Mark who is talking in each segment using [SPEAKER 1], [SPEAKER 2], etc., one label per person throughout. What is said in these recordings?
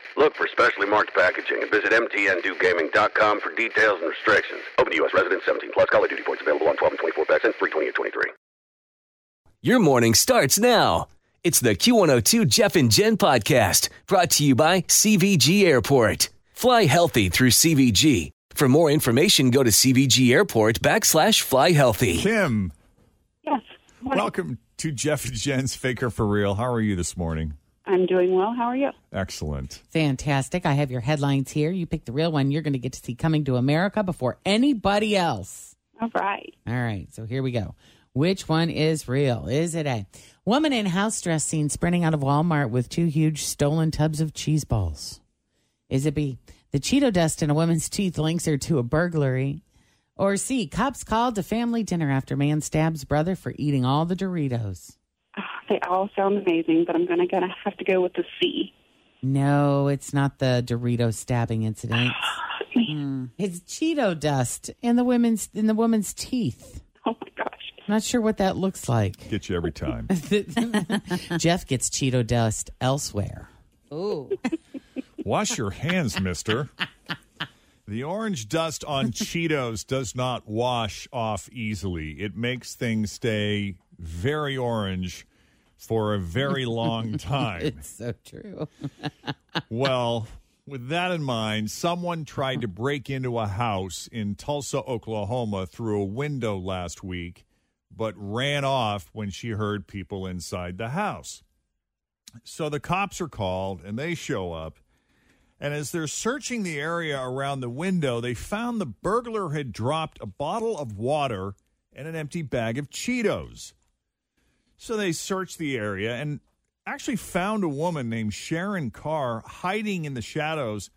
[SPEAKER 1] Look for specially marked packaging and visit mtndewgaming.com for details and restrictions. Open to U.S. residents 17 plus. Call of Duty points available on 12 and 24 packs and 320 and 23.
[SPEAKER 2] Your morning starts now. It's the Q102 Jeff and Jen podcast brought to you by CVG Airport. Fly healthy through CVG. For more information, go to CVG Airport backslash fly healthy.
[SPEAKER 3] Kim. Yes. Welcome to Jeff and Jen's Faker for Real. How are you this morning?
[SPEAKER 4] I'm doing well. How are you?
[SPEAKER 3] Excellent.
[SPEAKER 5] Fantastic. I have your headlines here. You pick the real one. You're going to get to see Coming to America before anybody else.
[SPEAKER 4] All right.
[SPEAKER 5] All right. So here we go. Which one is real? Is it A? Woman in house dress seen sprinting out of Walmart with two huge stolen tubs of cheese balls. Is it B? The Cheeto dust in a woman's teeth links her to a burglary. Or C? Cops called to family dinner after man stabs brother for eating all the Doritos.
[SPEAKER 4] They all sound amazing, but I'm gonna gonna have to go with the C.
[SPEAKER 5] No, it's not the Dorito stabbing incident. Hmm. It's Cheeto dust in the women's in the woman's teeth.
[SPEAKER 4] Oh my gosh.
[SPEAKER 5] Not sure what that looks like.
[SPEAKER 3] Get you every time.
[SPEAKER 5] Jeff gets Cheeto dust elsewhere.
[SPEAKER 3] Wash your hands, mister. The orange dust on Cheetos does not wash off easily. It makes things stay very orange for a very long time.
[SPEAKER 5] It's so true.
[SPEAKER 3] Well, with that in mind, someone tried to break into a house in Tulsa, Oklahoma through a window last week, but ran off when she heard people inside the house. So the cops are called and they show up. And as they're searching the area around the window, they found the burglar had dropped a bottle of water and an empty bag of Cheetos. So they searched the area and actually found a woman named Sharon Carr hiding in the shadows.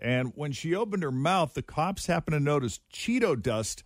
[SPEAKER 3] And when she opened her mouth, the cops happened to notice Cheeto dust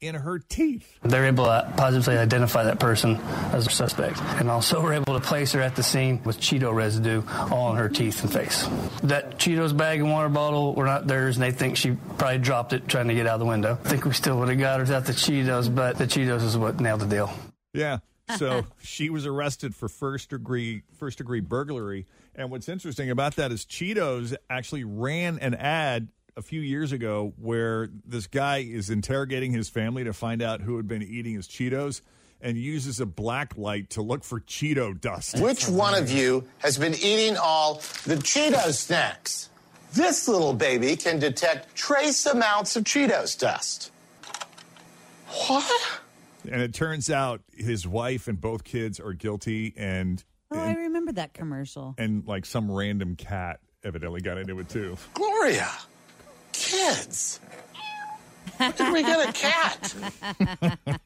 [SPEAKER 3] in her teeth.
[SPEAKER 4] They're able to positively identify that person as a suspect, and also were able to place her at the scene with Cheeto residue all on her teeth and face. That Cheetos bag and water bottle were not theirs, and they think she probably dropped it trying to get out of the window. I think we still would have got her without the Cheetos, but the Cheetos is what nailed the deal.
[SPEAKER 3] Yeah. So she was arrested for first degree first degree burglary. And what's interesting about that is Cheetos actually ran an ad a few years ago where this guy is interrogating his family to find out who had been eating his Cheetos and uses a black light to look for Cheeto dust.
[SPEAKER 4] Which one of you has been eating all the Cheeto snacks? This little baby can detect trace amounts of Cheetos dust. What?
[SPEAKER 3] And it turns out his wife and both kids are guilty, and
[SPEAKER 6] Oh, I remember that commercial.
[SPEAKER 3] and like some random cat evidently got into it too.
[SPEAKER 4] Gloria, kids. When did we get a cat?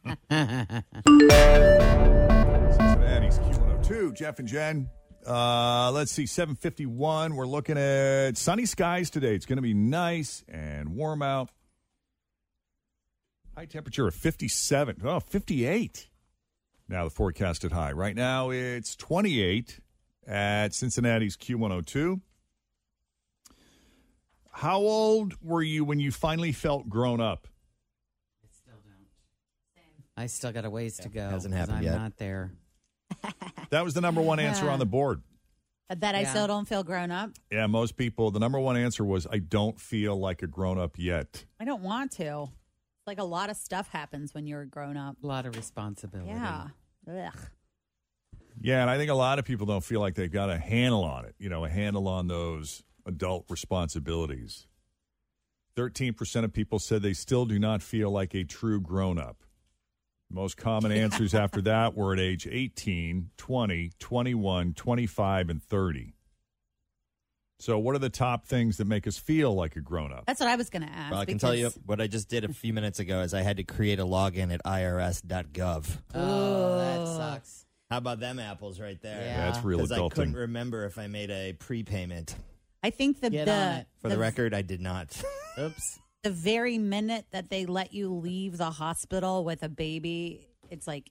[SPEAKER 3] Cincinnati's Q102. Jeff and Jen. Uh, let's see, 751. We're looking at sunny skies today. It's going to be nice and warm out. High temperature of 57. Oh, 58. Now the forecasted high. Right now it's 28 at Cincinnati's Q102. How old were you when you finally felt grown up?
[SPEAKER 5] I still got a ways to go.
[SPEAKER 7] Hasn't
[SPEAKER 5] 'cause
[SPEAKER 7] happened
[SPEAKER 5] I'm
[SPEAKER 7] yet.
[SPEAKER 5] not there.
[SPEAKER 3] That was the number one answer on the board.
[SPEAKER 6] That I still don't feel grown up.
[SPEAKER 3] Yeah, most people, the number one answer was, I don't feel like a grown up yet.
[SPEAKER 6] I don't want to. It's like a lot of stuff happens when you're a grown up.
[SPEAKER 5] A lot of responsibility.
[SPEAKER 6] Yeah. Ugh.
[SPEAKER 3] Yeah, and I think a lot of people don't feel like they've got a handle on it, you know, a handle on those adult responsibilities. 13% of people said they still do not feel like a true grown up. Most common answers after that were at age 18, 20, 21, 25, and 30. So, what are the top things that make us feel like a grown up?
[SPEAKER 6] That's what I was going to ask.
[SPEAKER 7] Well, I can tell you
[SPEAKER 6] because-
[SPEAKER 7] what I just did a few minutes ago is I had to create a login at irs.gov.
[SPEAKER 5] Oh, that sucks.
[SPEAKER 7] How about them apples right there?
[SPEAKER 5] Yeah,
[SPEAKER 3] that's real
[SPEAKER 7] 'Cause I couldn't
[SPEAKER 3] adulting.
[SPEAKER 7] remember if I made a prepayment.
[SPEAKER 6] I think the
[SPEAKER 5] Get on
[SPEAKER 6] the,
[SPEAKER 5] it.
[SPEAKER 7] For the record, I did not.
[SPEAKER 5] Oops.
[SPEAKER 6] the very minute that they let you leave the hospital with a baby, it's like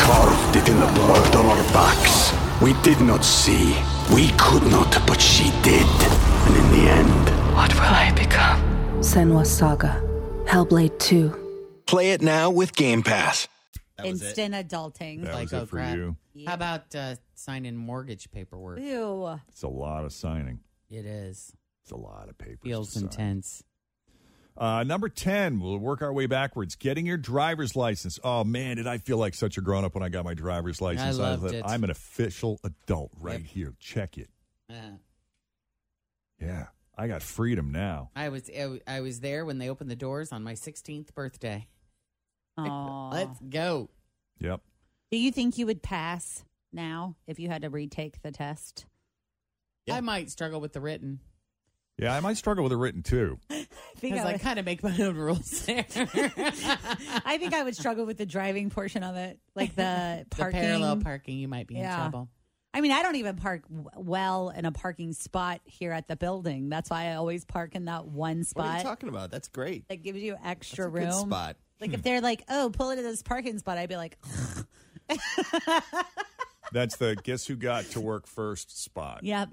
[SPEAKER 8] Carved it in the blood on our backs. We did not see. We could not, but she did. And in the end,
[SPEAKER 9] What will I become? Senwa Saga, Hellblade 2.
[SPEAKER 10] Play it now with Game Pass.
[SPEAKER 6] instant adulting.
[SPEAKER 5] Like, oh, crap. How about uh, signing mortgage paperwork?
[SPEAKER 6] Ew.
[SPEAKER 3] It's a lot of signing.
[SPEAKER 5] It is.
[SPEAKER 3] It's a lot of papers.
[SPEAKER 5] Feels
[SPEAKER 3] to sign.
[SPEAKER 5] intense.
[SPEAKER 3] Uh, number 10, we'll work our way backwards. Getting your driver's license. Oh, man, did I feel like such a grown up when I got my driver's license.
[SPEAKER 5] loved
[SPEAKER 3] thought,
[SPEAKER 5] it.
[SPEAKER 3] I'm an official adult right here. Check it.
[SPEAKER 5] Uh,
[SPEAKER 3] Yeah, I got freedom now.
[SPEAKER 5] I was I, I was there when they opened the doors on my 16th birthday.
[SPEAKER 6] Aw.
[SPEAKER 5] Let's go.
[SPEAKER 3] Yep.
[SPEAKER 6] Do you think you would pass now if you had to retake the test?
[SPEAKER 5] I might struggle with the written
[SPEAKER 3] Yeah, I might struggle with it written too.
[SPEAKER 6] think
[SPEAKER 5] because
[SPEAKER 6] I
[SPEAKER 5] I,
[SPEAKER 6] would-
[SPEAKER 5] kind of make my own rules there.
[SPEAKER 6] I think I would struggle with the driving portion of it, like the
[SPEAKER 5] The
[SPEAKER 6] parking.
[SPEAKER 5] parallel parking, you might be
[SPEAKER 6] Yeah.
[SPEAKER 5] in trouble.
[SPEAKER 6] I mean, I don't even park w- well in a parking spot here at the building. That's why I always park in that one
[SPEAKER 7] What are you
[SPEAKER 6] spot
[SPEAKER 7] talking about? That's great.
[SPEAKER 6] that gives you
[SPEAKER 7] That's
[SPEAKER 6] extra
[SPEAKER 7] a
[SPEAKER 6] room.
[SPEAKER 7] good spot.
[SPEAKER 6] Like if they're like, "Oh, pull into this parking spot," I'd be like, "Oh,
[SPEAKER 3] That's the guess who got to work first spot.
[SPEAKER 6] "Yep."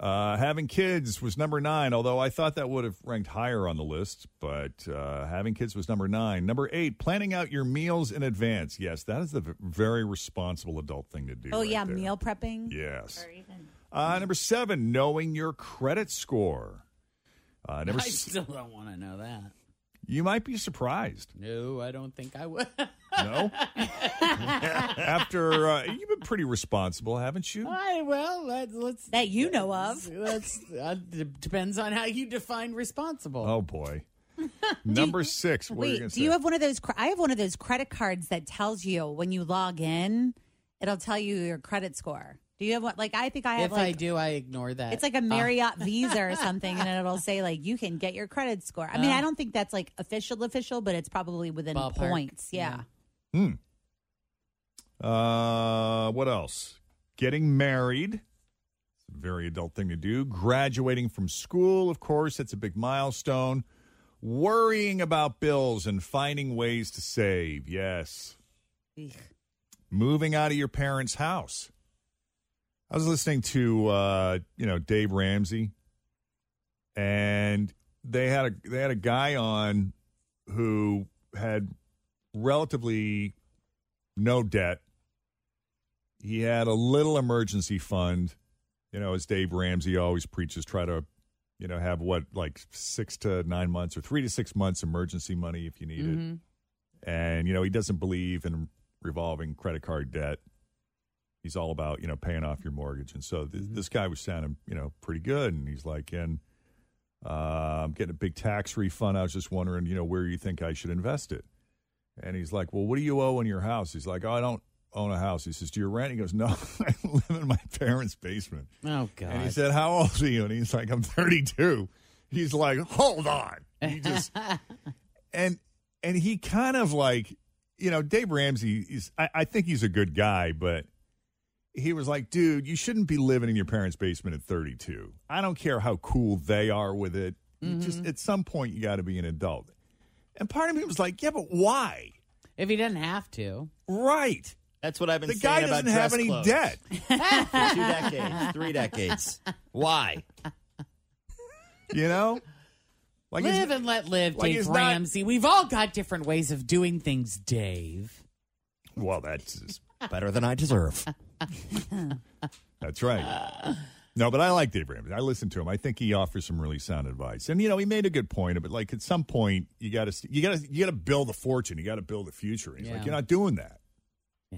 [SPEAKER 3] Uh, having kids was number nine, although I thought that would have ranked higher on the list, but uh, having kids was number nine. Number eight, planning out your meals in advance. Yes, that is the v- very responsible adult thing to do.
[SPEAKER 6] Oh
[SPEAKER 3] right
[SPEAKER 6] yeah,
[SPEAKER 3] there.
[SPEAKER 6] meal prepping.
[SPEAKER 3] Yes. Uh, number seven, knowing your credit score. Uh, number
[SPEAKER 5] I
[SPEAKER 3] s-
[SPEAKER 5] still don't want to know that.
[SPEAKER 3] you might be surprised.
[SPEAKER 5] No, I don't think I would.
[SPEAKER 3] No, after uh, you've been pretty responsible, haven't you?
[SPEAKER 5] I well, let's, let's
[SPEAKER 6] That you know of.
[SPEAKER 5] That's uh, d- depends on how you define responsible.
[SPEAKER 3] Oh boy. number six. What are you
[SPEAKER 6] Wait,
[SPEAKER 3] gonna
[SPEAKER 6] do
[SPEAKER 3] say?
[SPEAKER 6] you have one of those? cre- I have one of those credit cards that tells you when you log in, it'll tell you your credit score. Do you have one? Like I think I have
[SPEAKER 5] if
[SPEAKER 6] like
[SPEAKER 5] I do, I ignore that.
[SPEAKER 6] It's like a Marriott Visa or something, and it'll say like you can get your credit score. I mean, I don't think that's like official official, but it's probably within
[SPEAKER 5] Uh. Ballpark.
[SPEAKER 6] points. Yeah.
[SPEAKER 5] Yeah.
[SPEAKER 3] Hmm. Uh, what else? Getting married. It's a very adult thing to do. Graduating from school, of course, that's a big milestone. Worrying about bills and finding ways to save. Yes. Moving out of your parents' house. I was listening to uh, you know Dave Ramsey, and they had a they had a guy on who had relatively no debt. He had a little emergency fund. You know, as Dave Ramsey always preaches, try to, you know, have what, like six to nine months or three to six months emergency money if you need it.
[SPEAKER 5] Mhm.
[SPEAKER 3] And, you know, he doesn't believe in revolving credit card debt. He's all about, you know, paying off your mortgage. And so th- this guy was sounding, you know, pretty good. And he's like, and uh, I'm getting a big tax refund. I was just wondering, you know, where you think I should invest it. And he's like, Well, what do you owe on your house? He's like, Oh, I don't own a house. He says, Do you rent? He goes, No, I live in my parents' basement.
[SPEAKER 5] oh god.
[SPEAKER 3] And he said, How old are you? And he's like, I'm 32. He's like, Hold on. He just, and and he kind of like you know dave ramsey is I, I think he's a good guy but he was like dude you shouldn't be living in your parents basement at 32 i don't care how cool they are with it You
[SPEAKER 5] Mm-hmm.
[SPEAKER 3] just at some point you got to be an adult and part of me was like yeah but why
[SPEAKER 5] if he doesn't have to
[SPEAKER 3] right
[SPEAKER 7] that's what i've
[SPEAKER 3] the guy doesn't have any debt
[SPEAKER 7] For two decades, three decades. Why?
[SPEAKER 3] You know?
[SPEAKER 7] it's-
[SPEAKER 5] live and let live,
[SPEAKER 7] like
[SPEAKER 5] Dave
[SPEAKER 7] it's not-
[SPEAKER 5] Ramsey. We've all got different ways of doing things, Dave.
[SPEAKER 3] well that's
[SPEAKER 7] better than i deserve
[SPEAKER 3] That's right. No, but I like Dave Ramsey. I listen to him. I think he offers some really sound advice. And you know, he made a good point of it. Like at some point, you got to you got to you got to build a fortune. You got to build a future. And he's
[SPEAKER 6] Yeah.
[SPEAKER 3] like, you're not doing that.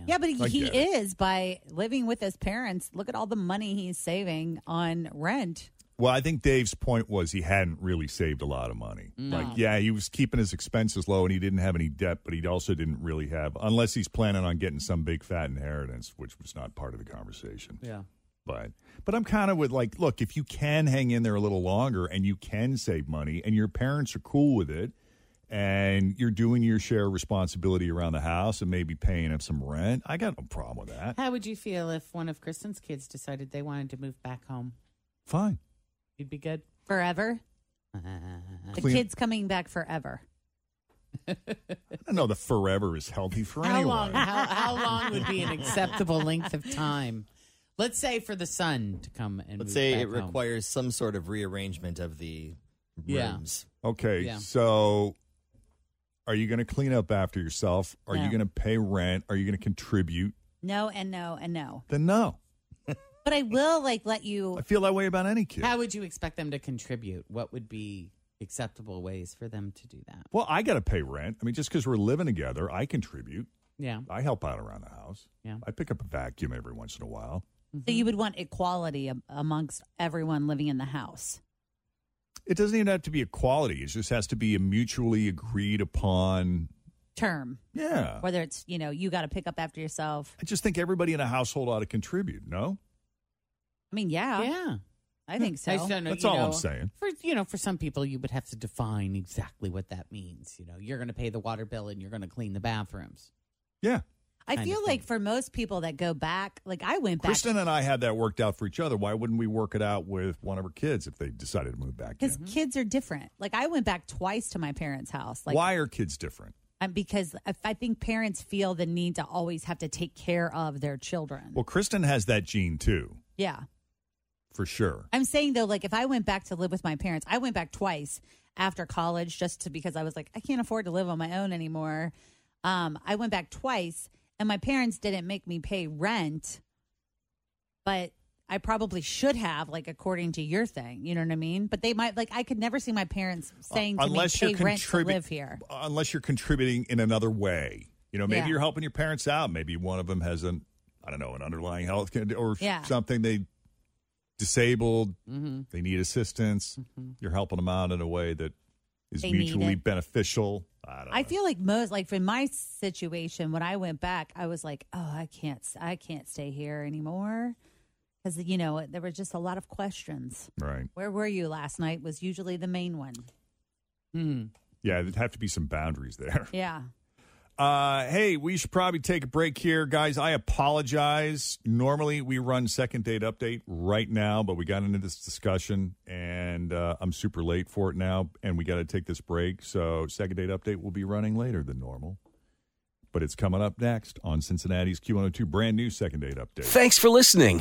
[SPEAKER 6] Yeah, but he,
[SPEAKER 3] I
[SPEAKER 6] he
[SPEAKER 3] get
[SPEAKER 6] is by living with his parents. Look at all the money he's saving on rent.
[SPEAKER 3] Well, I think Dave's point was he hadn't really saved a lot of money.
[SPEAKER 6] No.
[SPEAKER 3] Like, yeah, he was keeping his expenses low and he didn't have any debt, but he also didn't really have, unless he's planning on getting some big fat inheritance, which was not part of the conversation.
[SPEAKER 5] Yeah.
[SPEAKER 3] But but I'm kind of with like, look, if you can hang in there a little longer and you can save money and your parents are cool with it and you're doing your share of responsibility around the house and maybe paying up some rent, I got no problem with
[SPEAKER 7] Uh,
[SPEAKER 3] that.
[SPEAKER 5] How would you feel if one of Kristen's kids decided they wanted to move back home?
[SPEAKER 3] Fine.
[SPEAKER 5] You'd be good.
[SPEAKER 6] Forever. The
[SPEAKER 3] Clean-
[SPEAKER 6] kid's coming back forever.
[SPEAKER 3] I don't know that forever is healthy for
[SPEAKER 5] How long?
[SPEAKER 3] anyone.
[SPEAKER 5] How, how long would be an acceptable length of time? Let's say for the son to come and
[SPEAKER 7] Let's
[SPEAKER 5] move
[SPEAKER 7] say
[SPEAKER 5] back
[SPEAKER 7] it
[SPEAKER 5] home.
[SPEAKER 7] requires some sort of rearrangement of the
[SPEAKER 5] Yeah.
[SPEAKER 7] rooms.
[SPEAKER 3] Okay,
[SPEAKER 7] Yeah.
[SPEAKER 3] so are you going to clean up after yourself? Are you
[SPEAKER 6] No.
[SPEAKER 3] going to pay rent? Are you going to contribute?
[SPEAKER 6] No and no and no.
[SPEAKER 3] Then no.
[SPEAKER 6] But I will like let you
[SPEAKER 3] I feel that way about any kid.
[SPEAKER 5] How would you expect them to contribute? What would be acceptable ways for them to do that?
[SPEAKER 3] Well, I got to pay rent. I mean, just because we're living together, I contribute.
[SPEAKER 5] Yeah.
[SPEAKER 3] I help out around the house.
[SPEAKER 5] Yeah.
[SPEAKER 3] I pick up a vacuum every once in a while.
[SPEAKER 6] So you would want equality am- amongst everyone living in the house.
[SPEAKER 3] It doesn't even have to be equality. It just has to be a mutually agreed upon.
[SPEAKER 6] Term.
[SPEAKER 3] Yeah.
[SPEAKER 6] Whether it's, you know, you got to pick up after yourself.
[SPEAKER 3] I just think everybody in a household ought to contribute. No,
[SPEAKER 6] I mean, yeah.
[SPEAKER 5] Yeah.
[SPEAKER 6] I think so.
[SPEAKER 5] I just don't know,
[SPEAKER 3] that's
[SPEAKER 5] you
[SPEAKER 3] all I'm
[SPEAKER 5] know,
[SPEAKER 3] saying.
[SPEAKER 5] For you know, for some people, you would have to define exactly what that means. You know, you're going to pay the water bill and you're going to clean the bathrooms.
[SPEAKER 3] Yeah.
[SPEAKER 6] I
[SPEAKER 3] kind of
[SPEAKER 6] feel like for most people that go back, like I went back
[SPEAKER 3] Kristen and I had that worked out for each other. Why wouldn't we work it out with one of her kids if they decided to move back?
[SPEAKER 6] because kids are different. Like I went back twice to my parents' house. Like
[SPEAKER 3] Why are kids different?
[SPEAKER 6] Um, because if I think parents feel the need to always have to take care of their children.
[SPEAKER 3] Well, Kristen has that gene too,
[SPEAKER 6] Yeah.
[SPEAKER 3] for sure.
[SPEAKER 6] I'm saying though, like if I went back to live with my parents, I went back twice after college just to because I was like, I can't afford to live on my own anymore. Um, I went back twice, and my parents didn't make me pay rent, but I probably should have, like according to your thing. You know what I mean? But they might like I could never see my parents saying to
[SPEAKER 3] unless
[SPEAKER 6] me,
[SPEAKER 3] you're
[SPEAKER 6] pay rent to
[SPEAKER 3] contribu-
[SPEAKER 6] live here.
[SPEAKER 3] Unless you're contributing in another way, you know, maybe
[SPEAKER 6] Yeah.
[SPEAKER 3] you're helping your parents out. Maybe one of them has an, I don't know, an underlying health condition or
[SPEAKER 6] Yeah. Mm-hmm.
[SPEAKER 3] something they disabled. They need assistance. You're helping them out in a way that is
[SPEAKER 6] They need
[SPEAKER 3] mutually
[SPEAKER 6] it.
[SPEAKER 3] beneficial. I don't.
[SPEAKER 6] I feel like most, like in my situation, when I went back, I was like, "Oh, I can't, I can't stay here anymore," because you know there were just a lot of questions.
[SPEAKER 3] Right.
[SPEAKER 6] Where were you last night? Was usually the main one.
[SPEAKER 3] Yeah, there'd have to be some boundaries there.
[SPEAKER 6] Yeah.
[SPEAKER 3] Uh, hey, we should probably take a break here, guys. I apologize. Normally, we run second date update right now, but we got into this discussion, and uh, I'm super late for it now, and we got to take this break. So, second date update will be running later than normal, but it's coming up next on Cincinnati's Q102 brand new second date update.
[SPEAKER 2] Thanks for listening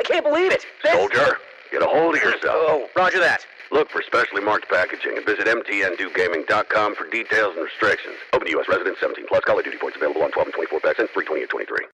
[SPEAKER 11] I can't believe it. This-
[SPEAKER 1] Soldier, get a hold of yourself.
[SPEAKER 11] Oh, roger that.
[SPEAKER 1] Look for specially marked packaging and visit mtndewgaming.com for details and restrictions. Open to U.S. residents 17 plus. Call of Duty points available on 12 and 24 packs and free 20 and 23.